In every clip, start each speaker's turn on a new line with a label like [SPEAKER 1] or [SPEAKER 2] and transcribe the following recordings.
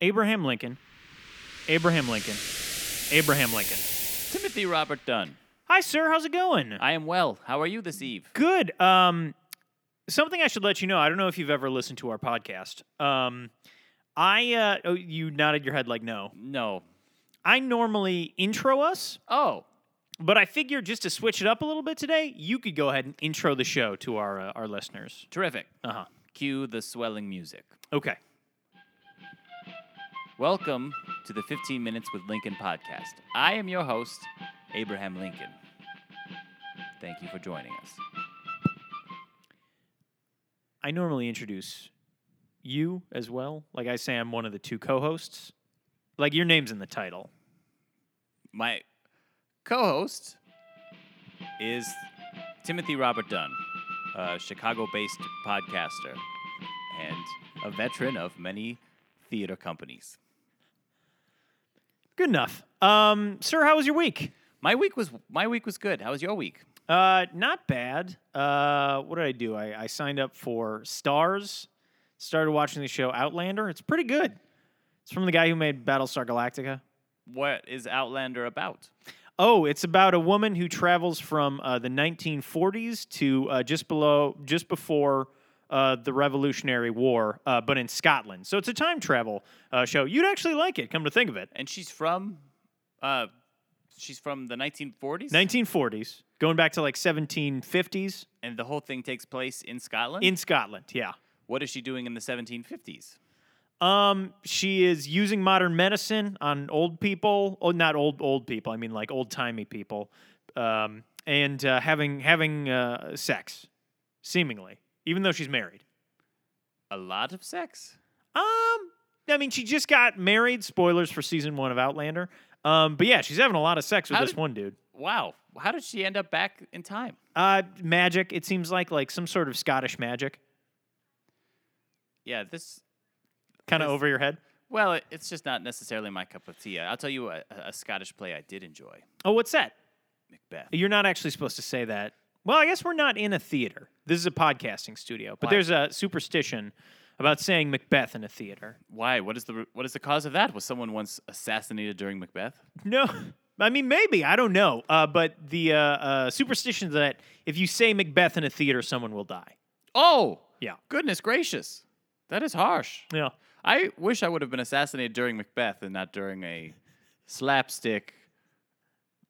[SPEAKER 1] Abraham Lincoln. Abraham Lincoln. Abraham Lincoln.
[SPEAKER 2] Timothy Robert Dunn.
[SPEAKER 1] Hi, sir. How's it going?
[SPEAKER 2] I am well. How are you this eve?
[SPEAKER 1] Good. Um, something I should let you know. I don't know if you've ever listened to our podcast. Um, I uh, oh, you nodded your head like no.
[SPEAKER 2] No.
[SPEAKER 1] I normally intro us,
[SPEAKER 2] Oh,
[SPEAKER 1] but I figure just to switch it up a little bit today, you could go ahead and intro the show to our uh, our listeners.
[SPEAKER 2] terrific.
[SPEAKER 1] Uh huh.
[SPEAKER 2] Cue the swelling music.
[SPEAKER 1] Okay.
[SPEAKER 2] Welcome to the 15 Minutes with Lincoln podcast. I am your host, Abraham Lincoln. Thank you for joining us.
[SPEAKER 1] I normally introduce you as well. Like I say, I'm one of the two co-hosts. Like your name's in the title.
[SPEAKER 2] My co host is Timothy Robert Dunn, a Chicago based podcaster and a veteran of many theater companies.
[SPEAKER 1] Good enough. Um, sir, how was your week?
[SPEAKER 2] My week was my week was good. How was your week?
[SPEAKER 1] Uh, not bad. Uh, what did I do? I, I signed up for Stars. Started watching the show Outlander. It's pretty good. It's from the guy who made Battlestar Galactica.
[SPEAKER 2] What is Outlander about?
[SPEAKER 1] Oh, it's about a woman who travels from uh, the 1940s to uh, just below, just before uh, the Revolutionary War, uh, but in Scotland. So it's a time travel uh, show. You'd actually like it. Come to think of it,
[SPEAKER 2] And she's from, uh, she's from the 1940s,
[SPEAKER 1] 1940s, going back to like 1750s
[SPEAKER 2] and the whole thing takes place in Scotland.
[SPEAKER 1] in Scotland. Yeah.
[SPEAKER 2] what is she doing in the 1750s?
[SPEAKER 1] Um, she is using modern medicine on old people. Oh, not old old people. I mean like old timey people. Um, and uh, having having uh, sex, seemingly, even though she's married.
[SPEAKER 2] A lot of sex.
[SPEAKER 1] Um, I mean she just got married. Spoilers for season one of Outlander. Um, but yeah, she's having a lot of sex with
[SPEAKER 2] How
[SPEAKER 1] this
[SPEAKER 2] did-
[SPEAKER 1] one dude.
[SPEAKER 2] Wow, how did she end up back in time?
[SPEAKER 1] Uh, magic. It seems like like some sort of Scottish magic.
[SPEAKER 2] Yeah, this.
[SPEAKER 1] Kind of
[SPEAKER 2] Yes.
[SPEAKER 1] over your head.
[SPEAKER 2] Well, it, it's just not necessarily my cup of tea. I'll tell you a, a Scottish play I did enjoy,
[SPEAKER 1] Oh, what's that?
[SPEAKER 2] Macbeth.
[SPEAKER 1] You're not actually supposed to say that. Well, I guess we're not in a theater. This is a podcasting studio, but
[SPEAKER 2] Why?
[SPEAKER 1] there's a superstition about saying Macbeth in a theater.
[SPEAKER 2] Why? What is the r- what is the cause of that? Was someone once assassinated during Macbeth?
[SPEAKER 1] No, I mean maybe I don't know, uh, but the uh, uh, superstition that if you say Macbeth in a theater, someone will die.
[SPEAKER 2] Oh,
[SPEAKER 1] Yeah,
[SPEAKER 2] goodness gracious, that is harsh.
[SPEAKER 1] yeah.
[SPEAKER 2] I wish I would have been assassinated during Macbeth and not during a slapstick,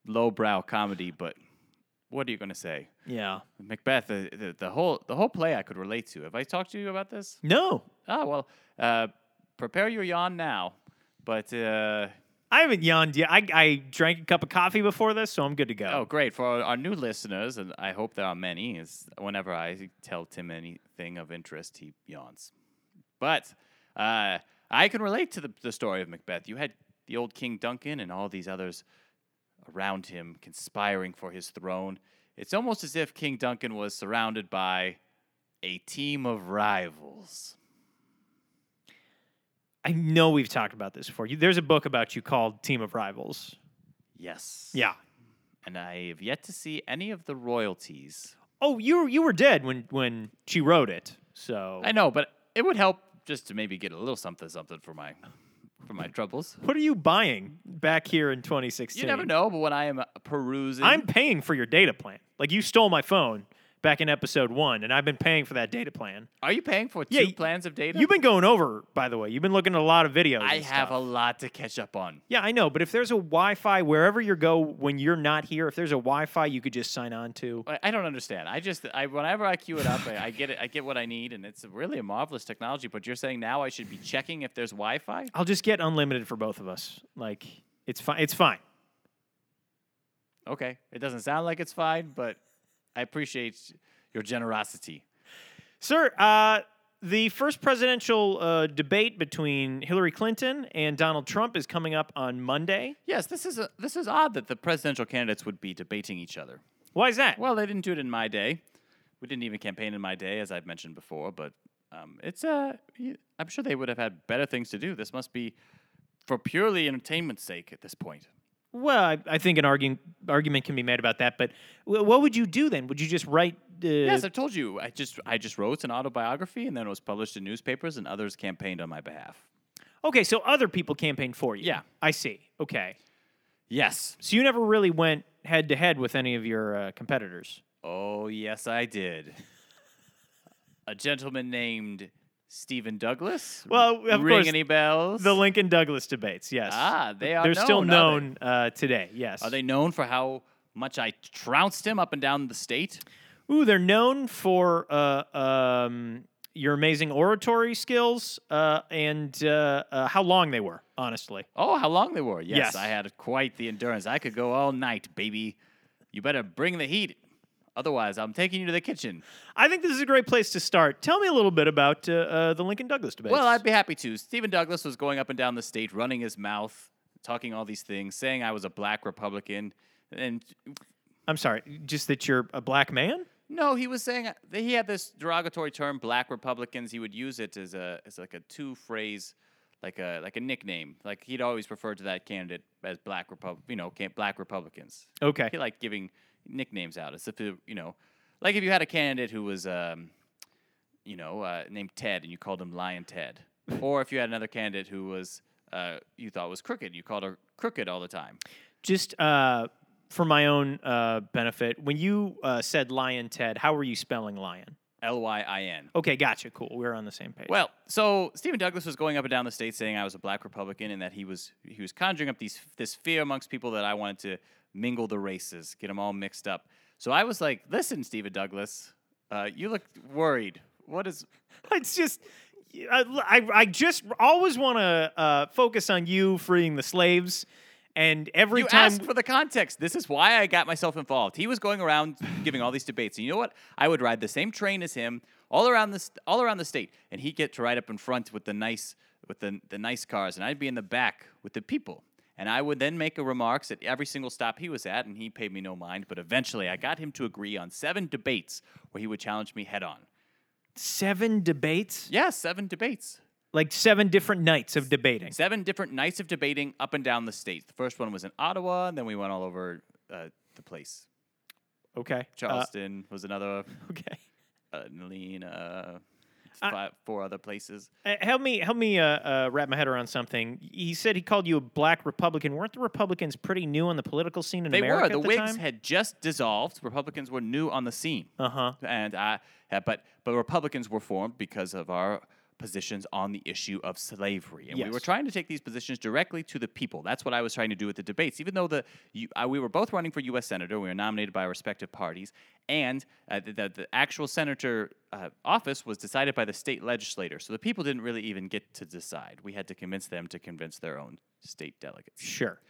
[SPEAKER 2] lowbrow comedy. But what are you going to say,
[SPEAKER 1] Yeah.
[SPEAKER 2] Macbeth? The, the, the whole the whole play I could relate to. Have I talked to you about this?
[SPEAKER 1] No,
[SPEAKER 2] Ah, well, uh, prepare your yawn now. But uh,
[SPEAKER 1] I haven't yawned yet. I, I drank a cup of coffee before this, so I'm good to go.
[SPEAKER 2] oh, great for our, our new listeners, and I hope there are many. Is whenever I tell Tim anything of interest, he yawns. But uh, I can relate to the, the story of Macbeth. You had the old King Duncan and all these others around him conspiring for his throne. It's almost as if King Duncan was surrounded by a team of rivals.
[SPEAKER 1] I know we've talked about this before. You, there's a book about you called Team of Rivals.
[SPEAKER 2] Yes.
[SPEAKER 1] Yeah.
[SPEAKER 2] And I have yet to see any of the royalties.
[SPEAKER 1] Oh, you were- you were dead when when she wrote it. So
[SPEAKER 2] I know, but it would help just to maybe get a little something something for my for my troubles.
[SPEAKER 1] What are you buying back here in 2016?
[SPEAKER 2] You never know, but when I am uh, perusing
[SPEAKER 1] I'm paying for your data plan. Like you stole my phone back in episode one, and I've been paying for that data plan.
[SPEAKER 2] Are you paying for two
[SPEAKER 1] Yeah, y-
[SPEAKER 2] plans of data?
[SPEAKER 1] You've been going over, by the way. You've been looking at a lot of videos.
[SPEAKER 2] I
[SPEAKER 1] and
[SPEAKER 2] have a
[SPEAKER 1] stuff.
[SPEAKER 2] lot to catch up on.
[SPEAKER 1] Yeah, I know. But if there's a Wi-Fi wherever you go when you're not here, if there's a Wi-Fi you could just sign on to.
[SPEAKER 2] I I don't understand. I just, I, whenever I queue it up, I, I get it. I get what I need, and it's really a marvelous technology. But you're saying now I should be checking if there's Wi-Fi?
[SPEAKER 1] I'll just get unlimited for both of us. Like it's fine. It's fine.
[SPEAKER 2] Okay, it doesn't sound like it's fine, but I appreciate your generosity.
[SPEAKER 1] Sir, uh, the first presidential uh, debate between Hillary Clinton and Donald Trump is coming up on Monday.
[SPEAKER 2] Yes, this is a, this is odd that the presidential candidates would be debating each other.
[SPEAKER 1] Why is that?
[SPEAKER 2] Well, they didn't do it in my day. We didn't even campaign in my day, as I've mentioned before. But um, it's uh, y- I'm sure they would have had better things to do. This must be for purely entertainment's sake at this point.
[SPEAKER 1] Well, I, I think an argument argument can be made about that, but w- what would you do then? Would you just write uh,
[SPEAKER 2] Yes, I've told you. I just I just wrote an autobiography and then it was published in newspapers and others campaigned on my behalf.
[SPEAKER 1] okay, so other people campaigned for you.
[SPEAKER 2] Yeah.
[SPEAKER 1] I see. Okay,
[SPEAKER 2] Yes.
[SPEAKER 1] so you never really went head to head with any of your uh, competitors.
[SPEAKER 2] Oh, yes, I did. A gentleman named Stephen Douglas.
[SPEAKER 1] Well, of
[SPEAKER 2] Ring
[SPEAKER 1] course,
[SPEAKER 2] any bells?
[SPEAKER 1] The Lincoln Douglas debates, yes.
[SPEAKER 2] Ah, they are
[SPEAKER 1] They're still
[SPEAKER 2] known, are
[SPEAKER 1] known uh, today. Yes.
[SPEAKER 2] Are they known for how much I trounced him up and down the state?
[SPEAKER 1] Ooh, they're known for uh, um, your amazing oratory skills uh, and uh, uh, how long they were. Honestly,
[SPEAKER 2] Oh, how long they were. Yes,
[SPEAKER 1] Yes.
[SPEAKER 2] I had quite the endurance. I could go all night, baby. You better bring the heat. Otherwise, I'm taking you to the kitchen.
[SPEAKER 1] I think this is a great place to start. Tell me a little bit about uh, uh, the Lincoln Douglas debates.
[SPEAKER 2] Well, I'd be happy to. Stephen Douglas was going up and down the state, running his mouth, talking all these things, saying I was a black Republican. And
[SPEAKER 1] I'm sorry, just that you're a black man.
[SPEAKER 2] no, he was saying uh, that he had this derogatory term, black Republicans. He would use it as a as like a two phrase, like a like a nickname. Like he'd always refer to that candidate as black Repub, you know, can- black Republicans.
[SPEAKER 1] Okay.
[SPEAKER 2] He liked giving nicknames out as if it, you know, like if you had a candidate who was, um, you know, uh, named Ted and you called him Lion Ted, or if you had another candidate who was uh, you thought was crooked, you called her crooked all the time.
[SPEAKER 1] Just uh, for my own uh, benefit, when you uh, said Lion Ted, how were you spelling Lion?
[SPEAKER 2] L Y I N.
[SPEAKER 1] Okay, gotcha. Cool. We're on the same page.
[SPEAKER 2] Well, so Stephen Douglas was going up and down the state saying I was a black Republican and that he was he was conjuring up these this fear amongst people that I wanted to mingle the races, get them all mixed up. So I was like, "Listen, Stephen Douglas, uh, you look worried. What is
[SPEAKER 1] it's just I, I, I just always want to uh, focus on you freeing the slaves and every
[SPEAKER 2] you
[SPEAKER 1] time
[SPEAKER 2] asked for the context. This is why I got myself involved. He was going around giving all these debates, and you know what? I would ride the same train as him all around the st- all around the state, and he'd get to ride up in front with the nice with the the nice cars, and I'd be in the back with the people. And I would then make a remarks at every single stop he was at, and he paid me no mind. But eventually, I got him to agree on seven debates where he would challenge me head on.
[SPEAKER 1] seven debates
[SPEAKER 2] Yeah, seven debates.
[SPEAKER 1] like seven different nights of debating
[SPEAKER 2] Seven different nights of debating up and down the state. The first one was in Ottawa, and then we went all over uh, the place.
[SPEAKER 1] okay uh,
[SPEAKER 2] Charleston was another,
[SPEAKER 1] okay
[SPEAKER 2] uh, Nalene, uh,
[SPEAKER 1] I-
[SPEAKER 2] five, four other places.
[SPEAKER 1] Uh, help me help me uh, uh, wrap my head around something he said he called you a black republican weren't the republicans pretty new on the political scene in
[SPEAKER 2] They
[SPEAKER 1] america
[SPEAKER 2] were. The,
[SPEAKER 1] at the
[SPEAKER 2] Whigs
[SPEAKER 1] time
[SPEAKER 2] had just dissolved. Republicans were new on the scene,
[SPEAKER 1] uh-huh
[SPEAKER 2] and I, uh, but but Republicans were formed because of our positions on the issue of slavery, and we were
[SPEAKER 1] Yes.
[SPEAKER 2] trying to take these positions directly to the people. That's what I was trying to do with the debates. Even though the you, I, we were both running for U.S. senator, we were nominated by our respective parties, and uh, the, the, the actual senator uh, office was decided by the state legislator. So the people didn't really even get to decide. We had to convince them to convince their own state delegates.
[SPEAKER 1] Sure.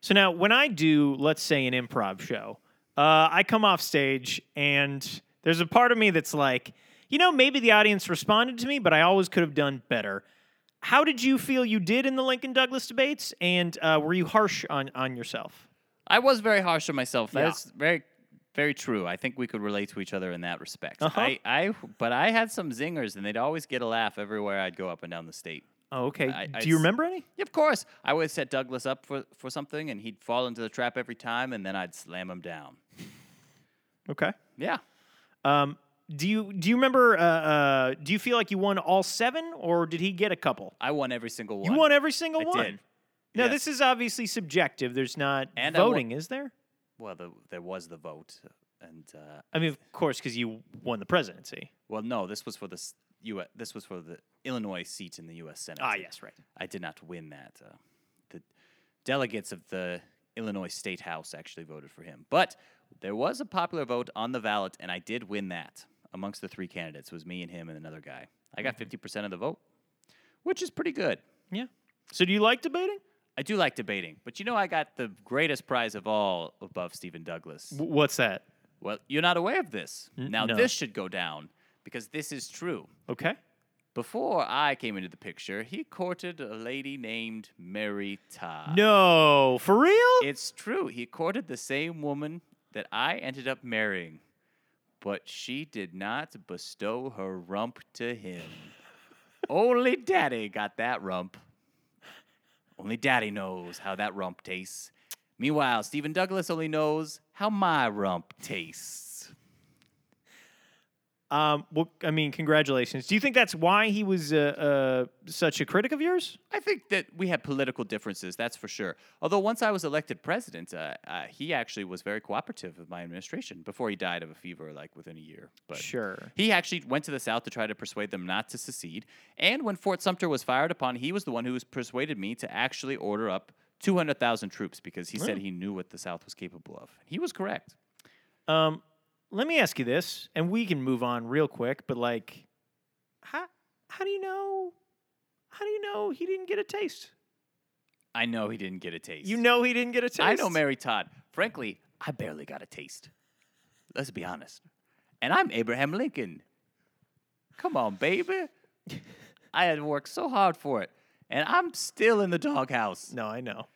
[SPEAKER 1] So now, when I do, let's say, an improv show, uh, I come off stage and there's a part of me that's like, you know, maybe the audience responded to me, but I always could have done better. How did you feel you did in the Lincoln Douglas debates? And uh, were you harsh on, on yourself?
[SPEAKER 2] I was very harsh on myself.
[SPEAKER 1] Yeah.
[SPEAKER 2] That's very, very true. I think we could relate to each other in that respect.
[SPEAKER 1] Uh-huh.
[SPEAKER 2] I, I, but I had some zingers, and they'd always get a laugh everywhere I'd go up and down the state.
[SPEAKER 1] Oh, okay.
[SPEAKER 2] I- I
[SPEAKER 1] do you
[SPEAKER 2] s-
[SPEAKER 1] remember any?
[SPEAKER 2] Yeah, of course, I would set Douglas up for, for something, and he'd fall into the trap every time, and then I'd slam him down.
[SPEAKER 1] Okay.
[SPEAKER 2] Yeah,
[SPEAKER 1] Um, do you do you remember? Uh, uh, do you feel like you won all seven, or did he get a couple?
[SPEAKER 2] I won every single one.
[SPEAKER 1] You won every single
[SPEAKER 2] I
[SPEAKER 1] one.
[SPEAKER 2] did.
[SPEAKER 1] Now
[SPEAKER 2] Yes.
[SPEAKER 1] this is obviously subjective. There's not
[SPEAKER 2] And I won-
[SPEAKER 1] voting, is there?
[SPEAKER 2] Well, the, there was the vote, and uh,
[SPEAKER 1] I mean, of course, because you won the presidency.
[SPEAKER 2] well, no, this was for the s- U. This was for the Illinois seat in the U.S. Senate.
[SPEAKER 1] Ah, yes, right.
[SPEAKER 2] I did not win that. Uh, the delegates of the Illinois State House actually voted for him. But there was a popular vote on the ballot, and I did win that amongst the three candidates. It was me and him and another guy. I
[SPEAKER 1] Mm-hmm.
[SPEAKER 2] got 50% of the vote, which is pretty good.
[SPEAKER 1] Yeah. So, do you like debating?
[SPEAKER 2] I do like debating, but you know, I got the greatest prize of all above Stephen Douglas.
[SPEAKER 1] W- what's that?
[SPEAKER 2] Well, you're not aware of this.
[SPEAKER 1] N-
[SPEAKER 2] now,
[SPEAKER 1] no.
[SPEAKER 2] this should go down because this is true.
[SPEAKER 1] Okay.
[SPEAKER 2] Before I came into the picture, he courted a lady named Mary Todd.
[SPEAKER 1] No, for real?
[SPEAKER 2] It's true. He courted the same woman that I ended up marrying, but she did not bestow her rump to him. Only daddy got that rump. Only daddy knows how that rump tastes. Meanwhile, Stephen Douglas only knows how my rump tastes.
[SPEAKER 1] Um, well, I mean, congratulations. Do you think that's why he was uh, uh, such a critic of yours?
[SPEAKER 2] I think that we had political differences, that's for sure. Although once I was elected president, uh, uh, he actually was very cooperative with my administration before he died of a fever, like within a year. But
[SPEAKER 1] Sure.
[SPEAKER 2] he actually went to the South to try to persuade them not to secede. And when Fort Sumter was fired upon, he was the one who was persuaded me to actually order up 200,000 troops because he said he knew what the South was capable of. He was correct.
[SPEAKER 1] Um, let me ask you this, and we can move on real quick. But like, how how do you know? How do you know he didn't get a taste?
[SPEAKER 2] I know he didn't get a taste.
[SPEAKER 1] You know he didn't get a taste.
[SPEAKER 2] I know Mary Todd. Frankly, I barely got a taste. Let's be honest. And I'm Abraham Lincoln. Come on, baby. I had worked so hard for it, and I'm still in the doghouse.
[SPEAKER 1] No, I know.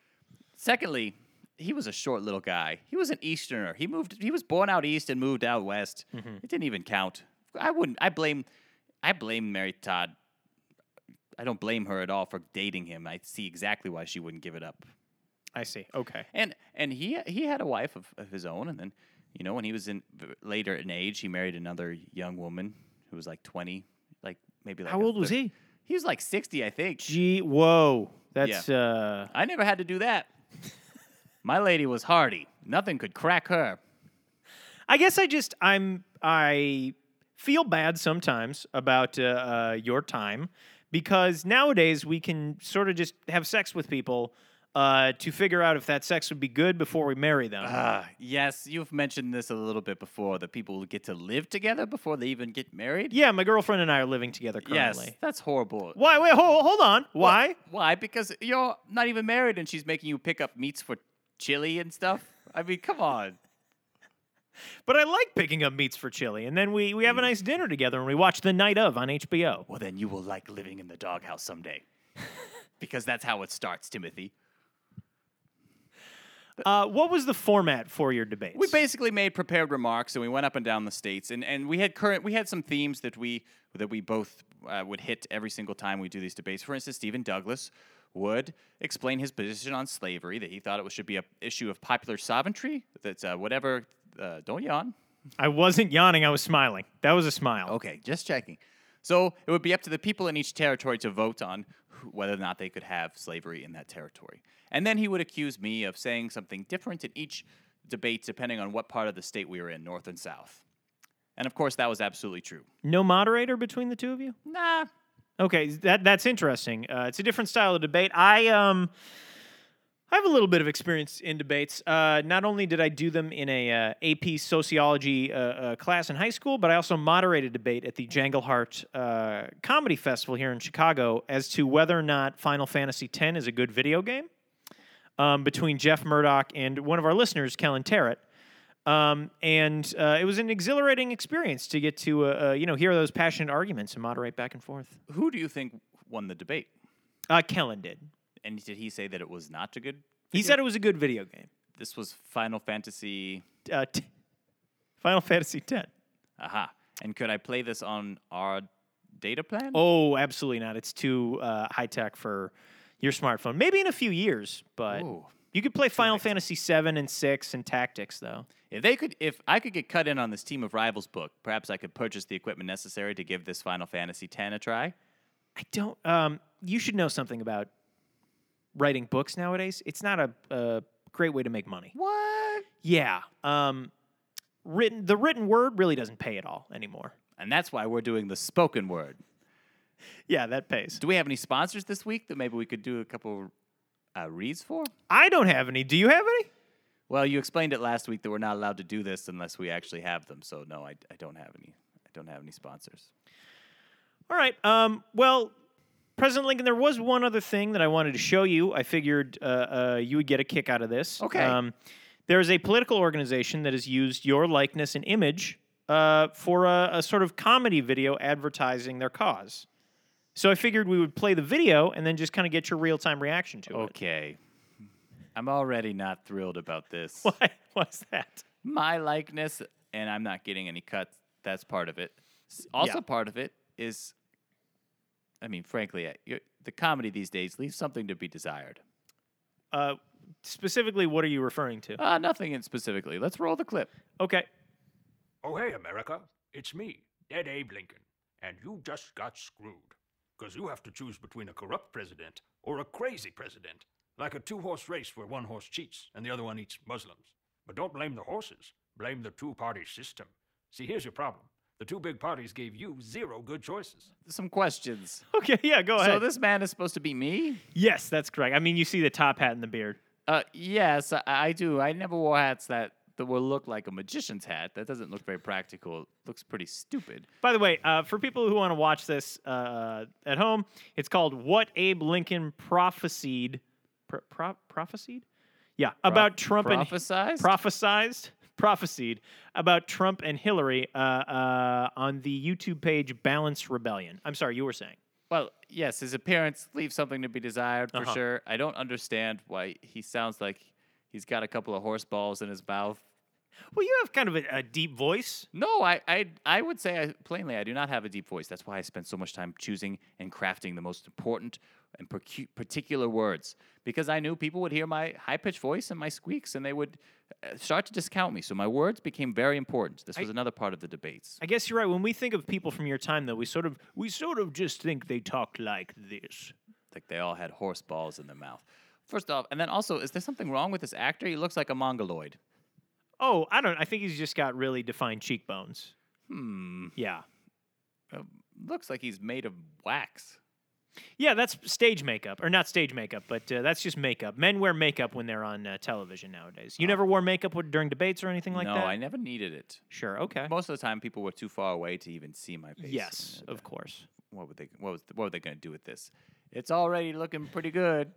[SPEAKER 2] Secondly, he was a short little guy. He was an Easterner. He moved. He was born out east and moved out west.
[SPEAKER 1] Mm-hmm.
[SPEAKER 2] It didn't even count. I wouldn't. I blame. I blame Mary Todd. I don't blame her at all for dating him. I see exactly why she wouldn't give it up.
[SPEAKER 1] I see. Okay.
[SPEAKER 2] And and he he had a wife of, of his own, and then you know when he was in v- later in age, he married another young woman who was like twenty, like maybe like
[SPEAKER 1] How
[SPEAKER 2] a
[SPEAKER 1] old was
[SPEAKER 2] thir-
[SPEAKER 1] he?
[SPEAKER 2] He was like sixty, I think.
[SPEAKER 1] Gee, whoa. That's uh.
[SPEAKER 2] I never had to do that. My lady was hardy; nothing could crack her.
[SPEAKER 1] I guess I just I'm I feel bad sometimes about uh, uh, your time because nowadays we can sort of just have sex with people uh, to figure out if that sex would be good before we marry them.
[SPEAKER 2] Ah, yes, you've mentioned this a little bit before that people get to live together before they even get married.
[SPEAKER 1] yeah, my girlfriend and I are living together currently.
[SPEAKER 2] Yes, that's horrible.
[SPEAKER 1] Why? Wait, hold, hold on. Why?
[SPEAKER 2] Why? Because you're not even married, and she's making you pick up meats for chili and stuff. I mean, come on.
[SPEAKER 1] But I like picking up meats for chili, and then we we
[SPEAKER 2] Mm.
[SPEAKER 1] have a nice dinner together, and we watch The Night of on HBO.
[SPEAKER 2] Well, then you will like living in the doghouse someday. because that's how it starts, Timothy.
[SPEAKER 1] Uh, what was the format for your debates?
[SPEAKER 2] We basically made prepared remarks and we went up and down the states and, and we had current we had some themes that we that we both uh, would hit every single time we do these debates. For instance, Stephen Douglas would explain his position on slavery that he thought it should be a issue of popular sovereignty. That's uh, whatever. Uh, don't yawn.
[SPEAKER 1] I wasn't yawning. I was smiling. That was a smile.
[SPEAKER 2] Okay, just checking. So it would be up to the people in each territory to vote on who- whether or not they could have slavery in that territory. And then he would accuse me of saying something different in each debate, depending on what part of the state we were in, north and south. And of course, that was absolutely true.
[SPEAKER 1] No moderator between the two of you.
[SPEAKER 2] Nah,
[SPEAKER 1] Okay, that that's interesting. Uh, it's a different style of debate. I um, I have a little bit of experience in debates. Uh, not only did I do them in a uh, AP sociology uh, uh, class in high school, but I also moderated a debate at the Janglehart uh, Comedy Festival here in Chicago as to whether or not Final Fantasy X is a good video game. Um, between Jeff Murdoch and one of our listeners, Kellen Tarrant. Um, and uh, it was an exhilarating experience to get to uh, uh, you know hear those passionate arguments and moderate back and forth.
[SPEAKER 2] who do you think won the debate?
[SPEAKER 1] Uh, Kellen did.
[SPEAKER 2] And did he say that it was not a good?
[SPEAKER 1] He said it was a good video game.
[SPEAKER 2] This was Final Fantasy.
[SPEAKER 1] Uh, t- Final Fantasy X.
[SPEAKER 2] Aha. And could I play this on our data plan?
[SPEAKER 1] Oh, absolutely not. It's too uh, high tech for your smartphone. Maybe in a few years, but
[SPEAKER 2] Ooh.
[SPEAKER 1] you could play Final Fantasy VII and six and Tactics though.
[SPEAKER 2] If they could, if I could get cut in on this team of rivals book, perhaps I could purchase the equipment necessary to give this Final Fantasy X a try.
[SPEAKER 1] I don't. Um, you should know something about writing books nowadays. It's not a, a great way to make money.
[SPEAKER 2] What?
[SPEAKER 1] Yeah. Um, written the written word really doesn't pay at all anymore.
[SPEAKER 2] And that's why we're doing the spoken word.
[SPEAKER 1] Yeah, that pays.
[SPEAKER 2] Do we have any sponsors this week that maybe we could do a couple uh, reads for?
[SPEAKER 1] I don't have any. Do you have any?
[SPEAKER 2] Well, you explained it last week that we're not allowed to do this unless we actually have them. So no, I, I don't have any. I don't have any sponsors.
[SPEAKER 1] All right. Um, well, President Lincoln, there was one other thing that I wanted to show you. I figured uh, uh, you would get a kick out of this.
[SPEAKER 2] Okay.
[SPEAKER 1] Um, there is a political organization that has used your likeness and image uh, for a, a sort of comedy video advertising their cause. So I figured we would play the video and then just kind of get your real time reaction to it.
[SPEAKER 2] Okay. I'm already not thrilled about this.
[SPEAKER 1] Why was that?
[SPEAKER 2] my likeness and I'm not getting any cuts. That's part of it. S- Also,
[SPEAKER 1] Yeah.
[SPEAKER 2] part of it is, I mean, frankly, I- you- the comedy these days leaves something to be desired.
[SPEAKER 1] Uh, specifically, what are you referring to?
[SPEAKER 2] Uh, nothing in specifically. Let's roll the clip.
[SPEAKER 1] Okay.
[SPEAKER 3] Oh, hey, America. It's me, Dead Abe Lincoln, and you just got screwed. Because you have to choose between a corrupt president or a crazy president, like a two horse race where one horse cheats and the other one eats Muslims. But don't blame the horses, blame the two party system. See, here's your problem the two big parties gave you zero good choices.
[SPEAKER 2] Some questions.
[SPEAKER 1] Okay, yeah, go
[SPEAKER 2] So
[SPEAKER 1] ahead.
[SPEAKER 2] this man is supposed to be me?
[SPEAKER 1] yes, that's correct. I mean, you see the top hat and the beard.
[SPEAKER 2] Uh, yes, I, I do. I never wore hats that that will look like a magician's hat. That doesn't look very practical. It looks pretty stupid.
[SPEAKER 1] By the way, uh, for people who want to watch this uh, at home, it's called "What Abe Lincoln Prophesied." Pro- pro- prophesied? Yeah, about Trump
[SPEAKER 2] prophesized?
[SPEAKER 1] and prophesized, prophesied about Trump and Hillary uh, uh, on the YouTube page Balance Rebellion. I'm sorry, you were saying.
[SPEAKER 2] Well, yes, his appearance leaves something to be desired for
[SPEAKER 1] Uh-huh.
[SPEAKER 2] sure. I don't understand why he sounds like he's got a couple of horse balls in his mouth.
[SPEAKER 1] Well, you have kind of a, a deep voice.
[SPEAKER 2] No, I, I, I would say I, plainly, I do not have a deep voice. That's why I spend so much time choosing and crafting the most important and percu- particular words because I knew people would hear my high pitched voice and my squeaks and they would uh, start to discount me. So my words became very important. This was another part of the debates.
[SPEAKER 1] I guess you're right. When we think of people from your time, though, we sort of we sort of just think they talk like this.
[SPEAKER 2] like they all had horse balls in their mouth. First off, and then also, is there something wrong with this actor? He looks like a mongoloid.
[SPEAKER 1] Oh, I don't. I think he's just got really defined cheekbones.
[SPEAKER 2] Hmm.
[SPEAKER 1] Yeah.
[SPEAKER 2] Uh, looks like he's made of wax.
[SPEAKER 1] Yeah, that's stage makeup, or not stage makeup, but uh, that's just makeup. Men wear makeup when they're on uh, television nowadays. You never wore makeup w- during debates or anything like
[SPEAKER 2] Oh. no,
[SPEAKER 1] that.
[SPEAKER 2] I never needed it.
[SPEAKER 1] sure. Okay.
[SPEAKER 2] Most of the time, people were too far away to even see my face.
[SPEAKER 1] Yes,
[SPEAKER 2] Uh,
[SPEAKER 1] of course.
[SPEAKER 2] What would they? What was? What were they going to do with this? It's already looking pretty good,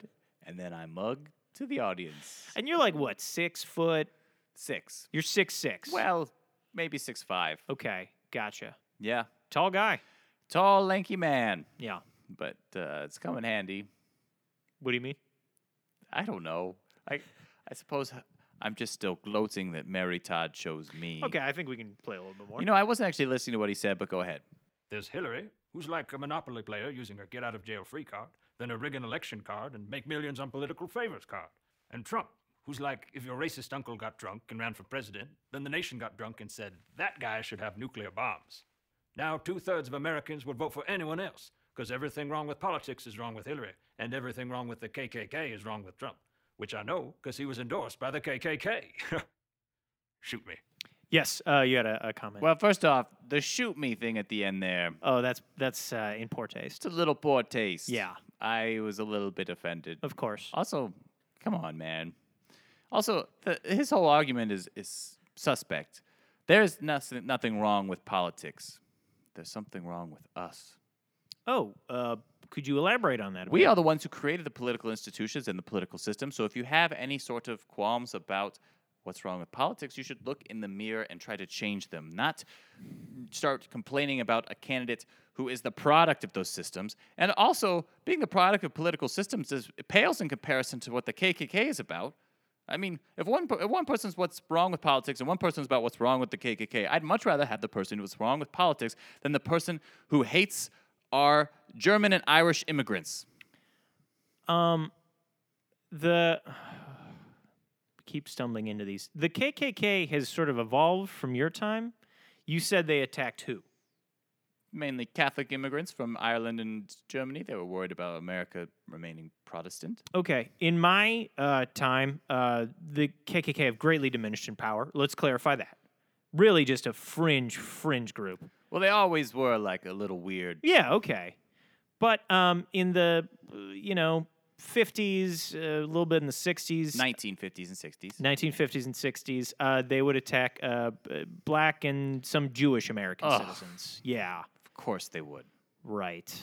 [SPEAKER 2] and then I mug to the audience.
[SPEAKER 1] And you're like what six foot?
[SPEAKER 2] Six.
[SPEAKER 1] You're six six.
[SPEAKER 2] Well, maybe six five.
[SPEAKER 1] okay, gotcha.
[SPEAKER 2] Yeah,
[SPEAKER 1] Tall guy.
[SPEAKER 2] tall, lanky man,
[SPEAKER 1] Yeah.
[SPEAKER 2] but uh, it's come in handy.
[SPEAKER 1] What do you mean?
[SPEAKER 2] I don't know. I I suppose h- I'm just still gloating that Mary Todd chose me.
[SPEAKER 1] Okay, I think we can play a little bit more.
[SPEAKER 2] You know, I wasn't actually listening to what he said, but go ahead.
[SPEAKER 3] There's Hillary, who's like a Monopoly player using her get out of jail free card, then her rig an election card and make millions on political favors card. And Trump, who's like if your racist uncle got drunk and ran for president, then the nation got drunk and said, that guy should have nuclear bombs. Now, two thirds of Americans would vote for anyone else, because everything wrong with politics is wrong with Hillary, and everything wrong with the KKK is wrong with Trump, which I know because he was endorsed by the KKK. Shoot me.
[SPEAKER 1] yes, uh, you had a, a comment.
[SPEAKER 2] Well, first off, the shoot me thing at the end there,
[SPEAKER 1] oh, that's that's uh, in poor taste.
[SPEAKER 2] it's a little poor taste.
[SPEAKER 1] Yeah.
[SPEAKER 2] I was a little bit offended.
[SPEAKER 1] Of course.
[SPEAKER 2] Also, come on, man. Also, the, his whole argument is, is suspect. There's nothing, nothing wrong with politics. There's something wrong with us.
[SPEAKER 1] Oh, uh, could you elaborate on that? a
[SPEAKER 2] We
[SPEAKER 1] bit?
[SPEAKER 2] are the ones who created the political institutions and the political system. So if you have any sort of qualms about what's wrong with politics, you should look in the mirror and try to change them, not start complaining about a candidate who is the product of those systems. And also, being the product of political systems is it pales in comparison to what the KKK is about. I mean, if one per- if one person's what's wrong with politics and one person's about what's wrong with the KKK, I'd much rather have the person who's wrong with politics than the person who hates our German and Irish immigrants.
[SPEAKER 1] Um, the keep stumbling into these. The KKK has sort of evolved from your time. You said they attacked who?
[SPEAKER 2] mainly Catholic immigrants from Ireland and Germany. They were worried about America remaining Protestant.
[SPEAKER 1] Okay, in my uh, time, uh, the KKK have greatly diminished in power. Let's clarify that. Really, just a fringe, fringe group.
[SPEAKER 2] Well, they always were like a little weird.
[SPEAKER 1] Yeah, okay. But um, in the uh, you know fifties, uh, a little bit in the sixties,
[SPEAKER 2] 1950s and 60s.
[SPEAKER 1] 1950s and 60s, uh, they would attack uh, b- black and some Jewish American
[SPEAKER 2] Ugh.
[SPEAKER 1] citizens. Yeah,
[SPEAKER 2] Of course they would.
[SPEAKER 1] right.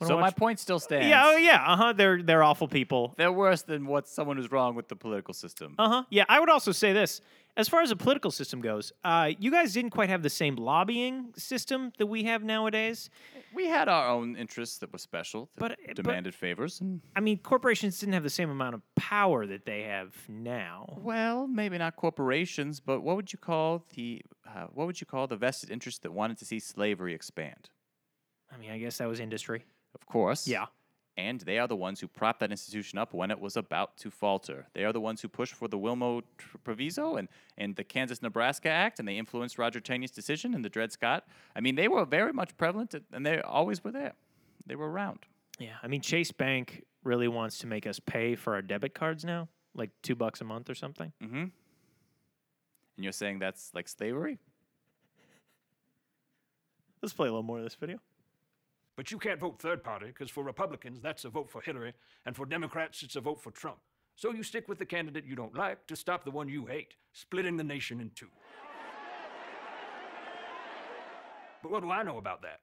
[SPEAKER 1] Wanna
[SPEAKER 2] So my
[SPEAKER 1] watch-
[SPEAKER 2] point still stands.
[SPEAKER 1] yeah, oh yeah, uh huh. They're they're awful people.
[SPEAKER 2] They're worse than what someone who's wrong with the political system.
[SPEAKER 1] Uh huh. Yeah, I would also say this. As far as the political system goes, uh, you guys didn't quite have the same lobbying system that we have nowadays.
[SPEAKER 2] we had our own interests that were special, that
[SPEAKER 1] But- but-
[SPEAKER 2] demanded favors. And,
[SPEAKER 1] I mean, corporations didn't have the same amount of power that they have now.
[SPEAKER 2] well, maybe not corporations, but what would you call the uh, what would you call the vested interest that wanted to see slavery expand?
[SPEAKER 1] I mean, I guess that was industry.
[SPEAKER 2] Of course.
[SPEAKER 1] Yeah.
[SPEAKER 2] and they are the ones who propped that institution up when it was about to falter. They are the ones who pushed for the Wilmo tr- Proviso and, and the Kansas Nebraska Act, and they influenced Roger Cheney's decision and the Dred Scott. I mean, they were very much prevalent, and they always were there. They were around.
[SPEAKER 1] Yeah, I mean Chase Bank really wants to make us pay for our debit cards now, like two bucks a month or something.
[SPEAKER 2] Mm-hmm. And you're saying that's like slavery?
[SPEAKER 1] Let's play a little more of this video.
[SPEAKER 3] But you can't vote third party, because for Republicans, that's a vote for Hillary, and for Democrats, it's a vote for Trump. So you stick with the candidate you don't like to stop the one you hate, splitting the nation in two. But what do I know about that?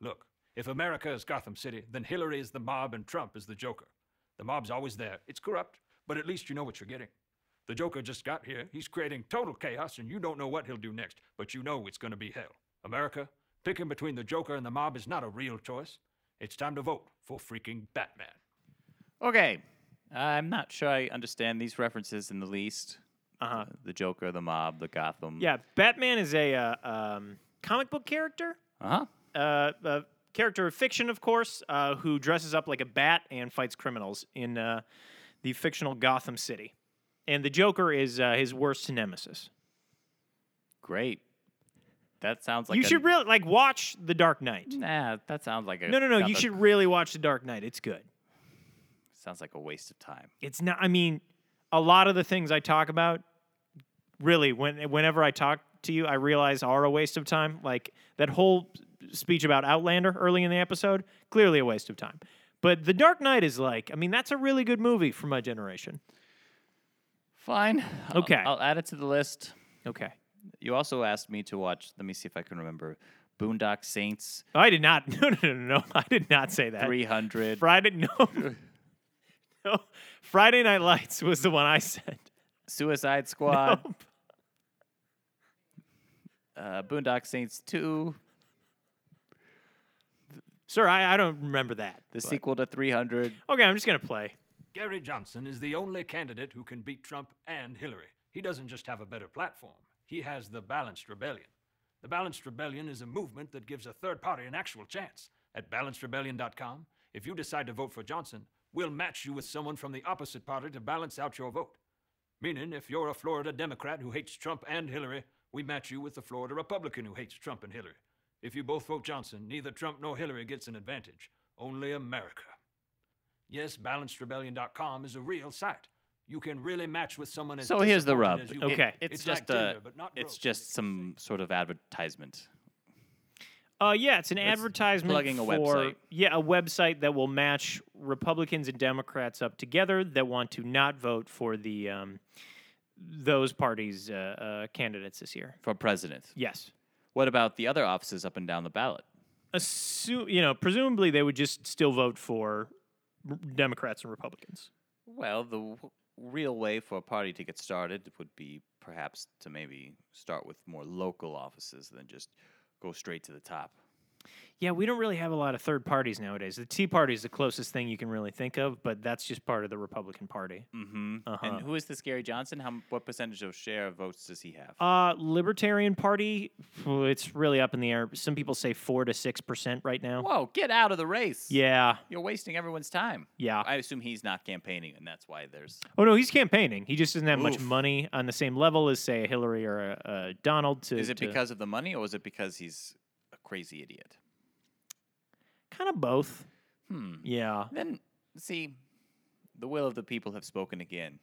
[SPEAKER 3] Look, if America is Gotham City, then Hillary is the mob and Trump is the Joker. The mob's always there. It's corrupt, but at least you know what you're getting. The Joker just got here. He's creating total chaos, and you don't know what he'll do next, but you know it's going to be hell. America, picking between the Joker and the mob is not a real choice. It's time to vote for freaking Batman.
[SPEAKER 2] Okay. I'm not sure I understand these references in the least.
[SPEAKER 1] Uh-huh.
[SPEAKER 2] The Joker, the mob, the Gotham.
[SPEAKER 1] Yeah, Batman is a uh, um, comic book character,
[SPEAKER 2] Uh huh.
[SPEAKER 1] uh, a character of fiction, of course, uh, who dresses up like a bat and fights criminals in uh, the fictional Gotham City. And the Joker is uh, his worst nemesis.
[SPEAKER 2] Great. That sounds like
[SPEAKER 1] you
[SPEAKER 2] a-
[SPEAKER 1] should really like watch The Dark Knight.
[SPEAKER 2] Nah, that sounds like a
[SPEAKER 1] No, no, no. You
[SPEAKER 2] another-
[SPEAKER 1] should really watch The Dark Knight. It's good.
[SPEAKER 2] Sounds like a waste of time.
[SPEAKER 1] It's not. I mean, a lot of the things I talk about, really, when whenever I talk to you, I realize are a waste of time. Like that whole speech about Outlander early in the episode, clearly a waste of time. But The Dark Knight is like, I mean, that's a really good movie for my generation.
[SPEAKER 2] Fine. I'll-
[SPEAKER 1] Okay.
[SPEAKER 2] I'll add it to the list.
[SPEAKER 1] Okay,
[SPEAKER 2] You also asked me to watch. Let me see if I can remember. Boondock Saints
[SPEAKER 1] I did not. No, no, no, no. no, I did not say that.
[SPEAKER 2] 300.
[SPEAKER 1] Friday, no, no. Friday Night Lights was the one I said.
[SPEAKER 2] Suicide Squad. Uh, Boondock Saints 2.
[SPEAKER 1] Sir, I, I don't remember that.
[SPEAKER 2] The sequel to 300.
[SPEAKER 1] Okay, I'm just gonna play.
[SPEAKER 3] Gary Johnson is the only candidate who can beat Trump and Hillary. He doesn't just have a better platform, he has the Balanced Rebellion. The Balanced Rebellion is a movement that gives a third party an actual chance. At balancedrebellion.com, if you decide to vote for Johnson, we'll match you with someone from the opposite party to balance out your vote. Meaning, if you're a Florida Democrat who hates Trump and Hillary, we match you with a Florida Republican who hates Trump and Hillary. If you both vote Johnson, neither Trump nor Hillary gets an advantage. Only America. Yes, balancedrebellion.com is a real site. You can really match with someone as
[SPEAKER 2] So here's the rub.
[SPEAKER 3] disappointed as
[SPEAKER 2] It-
[SPEAKER 3] you
[SPEAKER 1] Okay.
[SPEAKER 3] are.
[SPEAKER 2] It's,
[SPEAKER 3] like
[SPEAKER 2] just
[SPEAKER 3] Tinder,
[SPEAKER 2] a.
[SPEAKER 3] but not
[SPEAKER 2] it's
[SPEAKER 3] broke.
[SPEAKER 2] just some sort of advertisement.
[SPEAKER 1] Uh, yeah, it's an
[SPEAKER 2] It's
[SPEAKER 1] advertisement
[SPEAKER 2] plugging a
[SPEAKER 1] for
[SPEAKER 2] website.
[SPEAKER 1] yeah a website that will match Republicans and Democrats up together that want to not vote for the um, those parties' uh, uh, candidates this year.
[SPEAKER 2] for president.
[SPEAKER 1] Yes,
[SPEAKER 2] What about the other offices up and down the ballot?
[SPEAKER 1] assume you know presumably they would just still vote for r- Democrats and Republicans.
[SPEAKER 2] Well, the w- real way for a party to get started would be perhaps to maybe start with more local offices than just go straight to the top.
[SPEAKER 1] Yeah, we don't really have a lot of third parties nowadays. The Tea Party is the closest thing you can really think of, but that's just part of the Republican Party.
[SPEAKER 2] Mm-hmm.
[SPEAKER 1] Uh-huh.
[SPEAKER 2] And who is this Gary Johnson? How m- what percentage of share of votes does he have?
[SPEAKER 1] Uh, Libertarian Party, it's really up in the air. Some people say four to six percent right now.
[SPEAKER 2] Whoa, get out of the race!
[SPEAKER 1] Yeah, Uh,
[SPEAKER 2] you're wasting everyone's time.
[SPEAKER 1] yeah.
[SPEAKER 2] I assume he's not campaigning, and that's why there's
[SPEAKER 1] oh no, he's campaigning. He just doesn't have much
[SPEAKER 2] Oof.
[SPEAKER 1] money on the same level as say a Hillary or a, a Donald. To
[SPEAKER 2] is it
[SPEAKER 1] to-
[SPEAKER 2] because of the money or is it because he's a crazy idiot?
[SPEAKER 1] kind of both?
[SPEAKER 2] Hmm.
[SPEAKER 1] Yeah.
[SPEAKER 2] Then, see, the will of the people have spoken again.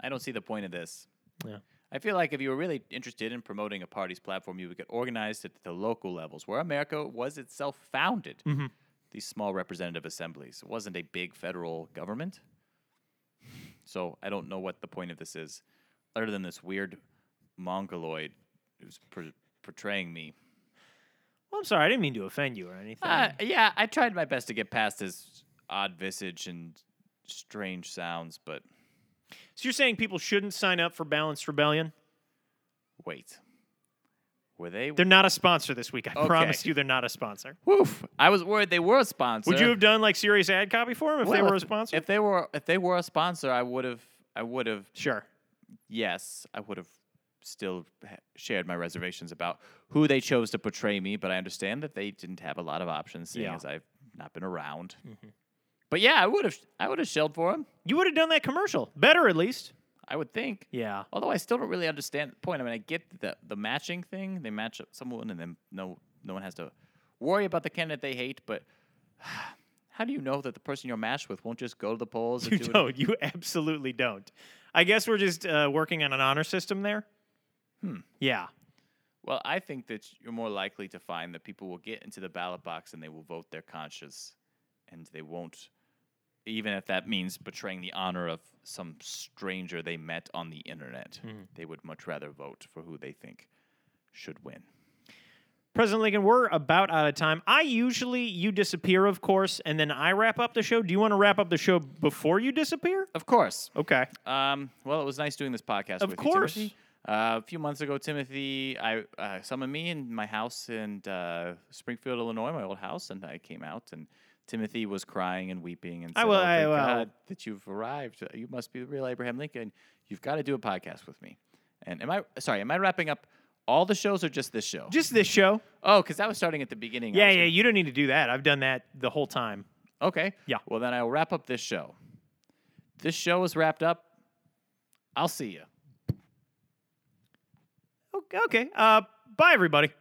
[SPEAKER 2] I don't see the point of this.
[SPEAKER 1] Yeah.
[SPEAKER 2] I feel like if you were really interested in promoting a party's platform, you would get organized at the local levels where America was itself founded.
[SPEAKER 1] Mhm.
[SPEAKER 2] These small representative assemblies. It wasn't a big federal government. So I don't know what the point of this is, other than this weird mongoloid who's per- portraying me.
[SPEAKER 1] Well, I'm sorry, I didn't mean to offend you or anything.
[SPEAKER 2] Uh, yeah, I tried my best to get past his odd visage and strange sounds, but
[SPEAKER 1] so you're saying people shouldn't sign up for Balanced Rebellion?
[SPEAKER 2] wait. Were they?
[SPEAKER 1] They're not a sponsor this week. I
[SPEAKER 2] Okay.
[SPEAKER 1] promise you, they're not a sponsor.
[SPEAKER 2] Woof. I was worried they were a sponsor.
[SPEAKER 1] Would you have done like serious ad copy for them if they
[SPEAKER 2] Well,
[SPEAKER 1] were a sponsor?
[SPEAKER 2] If they were, if they were a sponsor, I would have. I would have.
[SPEAKER 1] sure.
[SPEAKER 2] Yes, I would have still ha- shared my reservations about who they chose to portray me. But I understand that they didn't have a lot of options, seeing
[SPEAKER 1] Yeah. Mm-hmm.
[SPEAKER 2] as I've not been around. But yeah, I would have I would have shelled for him.
[SPEAKER 1] You would have done that commercial better, at least.
[SPEAKER 2] I would think.
[SPEAKER 1] Yeah.
[SPEAKER 2] Although I still don't really understand the point. I mean, I get the the matching thing. They match up someone, and then no no one has to worry about the candidate they hate. But how do you know that the person you're matched with won't just go to the polls?
[SPEAKER 1] You
[SPEAKER 2] and do It?
[SPEAKER 1] don't. You absolutely don't. I guess we're just uh, working on an honor system there. Hmm. Yeah.
[SPEAKER 2] Well, I think that you're more likely to find that people will get into the ballot box and they will vote their conscience, and they won't, even if that means betraying the honor of some stranger they met on the internet.
[SPEAKER 1] Hmm.
[SPEAKER 2] They would much rather vote for who they think should win.
[SPEAKER 1] President Lincoln, we're about out of time. I usually you disappear, of course, and then I wrap up the show. Do you want to wrap up the show before you disappear?
[SPEAKER 2] Of course.
[SPEAKER 1] Okay.
[SPEAKER 2] Um, well, it was nice doing this podcast
[SPEAKER 1] Of
[SPEAKER 2] with
[SPEAKER 1] course.
[SPEAKER 2] you, Timothy. Uh, a few months ago, Timothy, I uh, summoned me in my house in uh, Springfield, Illinois, my old house, and I came out, and Timothy was crying and weeping and
[SPEAKER 1] I
[SPEAKER 2] said,
[SPEAKER 1] will-
[SPEAKER 2] "Oh,
[SPEAKER 1] I
[SPEAKER 2] thank
[SPEAKER 1] will-
[SPEAKER 2] God that you've arrived. Uh, You must be the real Abraham Lincoln. You've got to do a podcast with me." And am I sorry? Am I wrapping up all the shows or just this show?
[SPEAKER 1] Just this show.
[SPEAKER 2] oh, because that was starting at the beginning. I
[SPEAKER 1] Yeah,
[SPEAKER 2] was
[SPEAKER 1] yeah.
[SPEAKER 2] gonna-
[SPEAKER 1] You don't need to do that. I've done that the whole time.
[SPEAKER 2] Okay.
[SPEAKER 1] Yeah.
[SPEAKER 2] Well, then I'll wrap up this show. This show is wrapped up. I'll see you.
[SPEAKER 1] O- Okay. Uh, bye, everybody.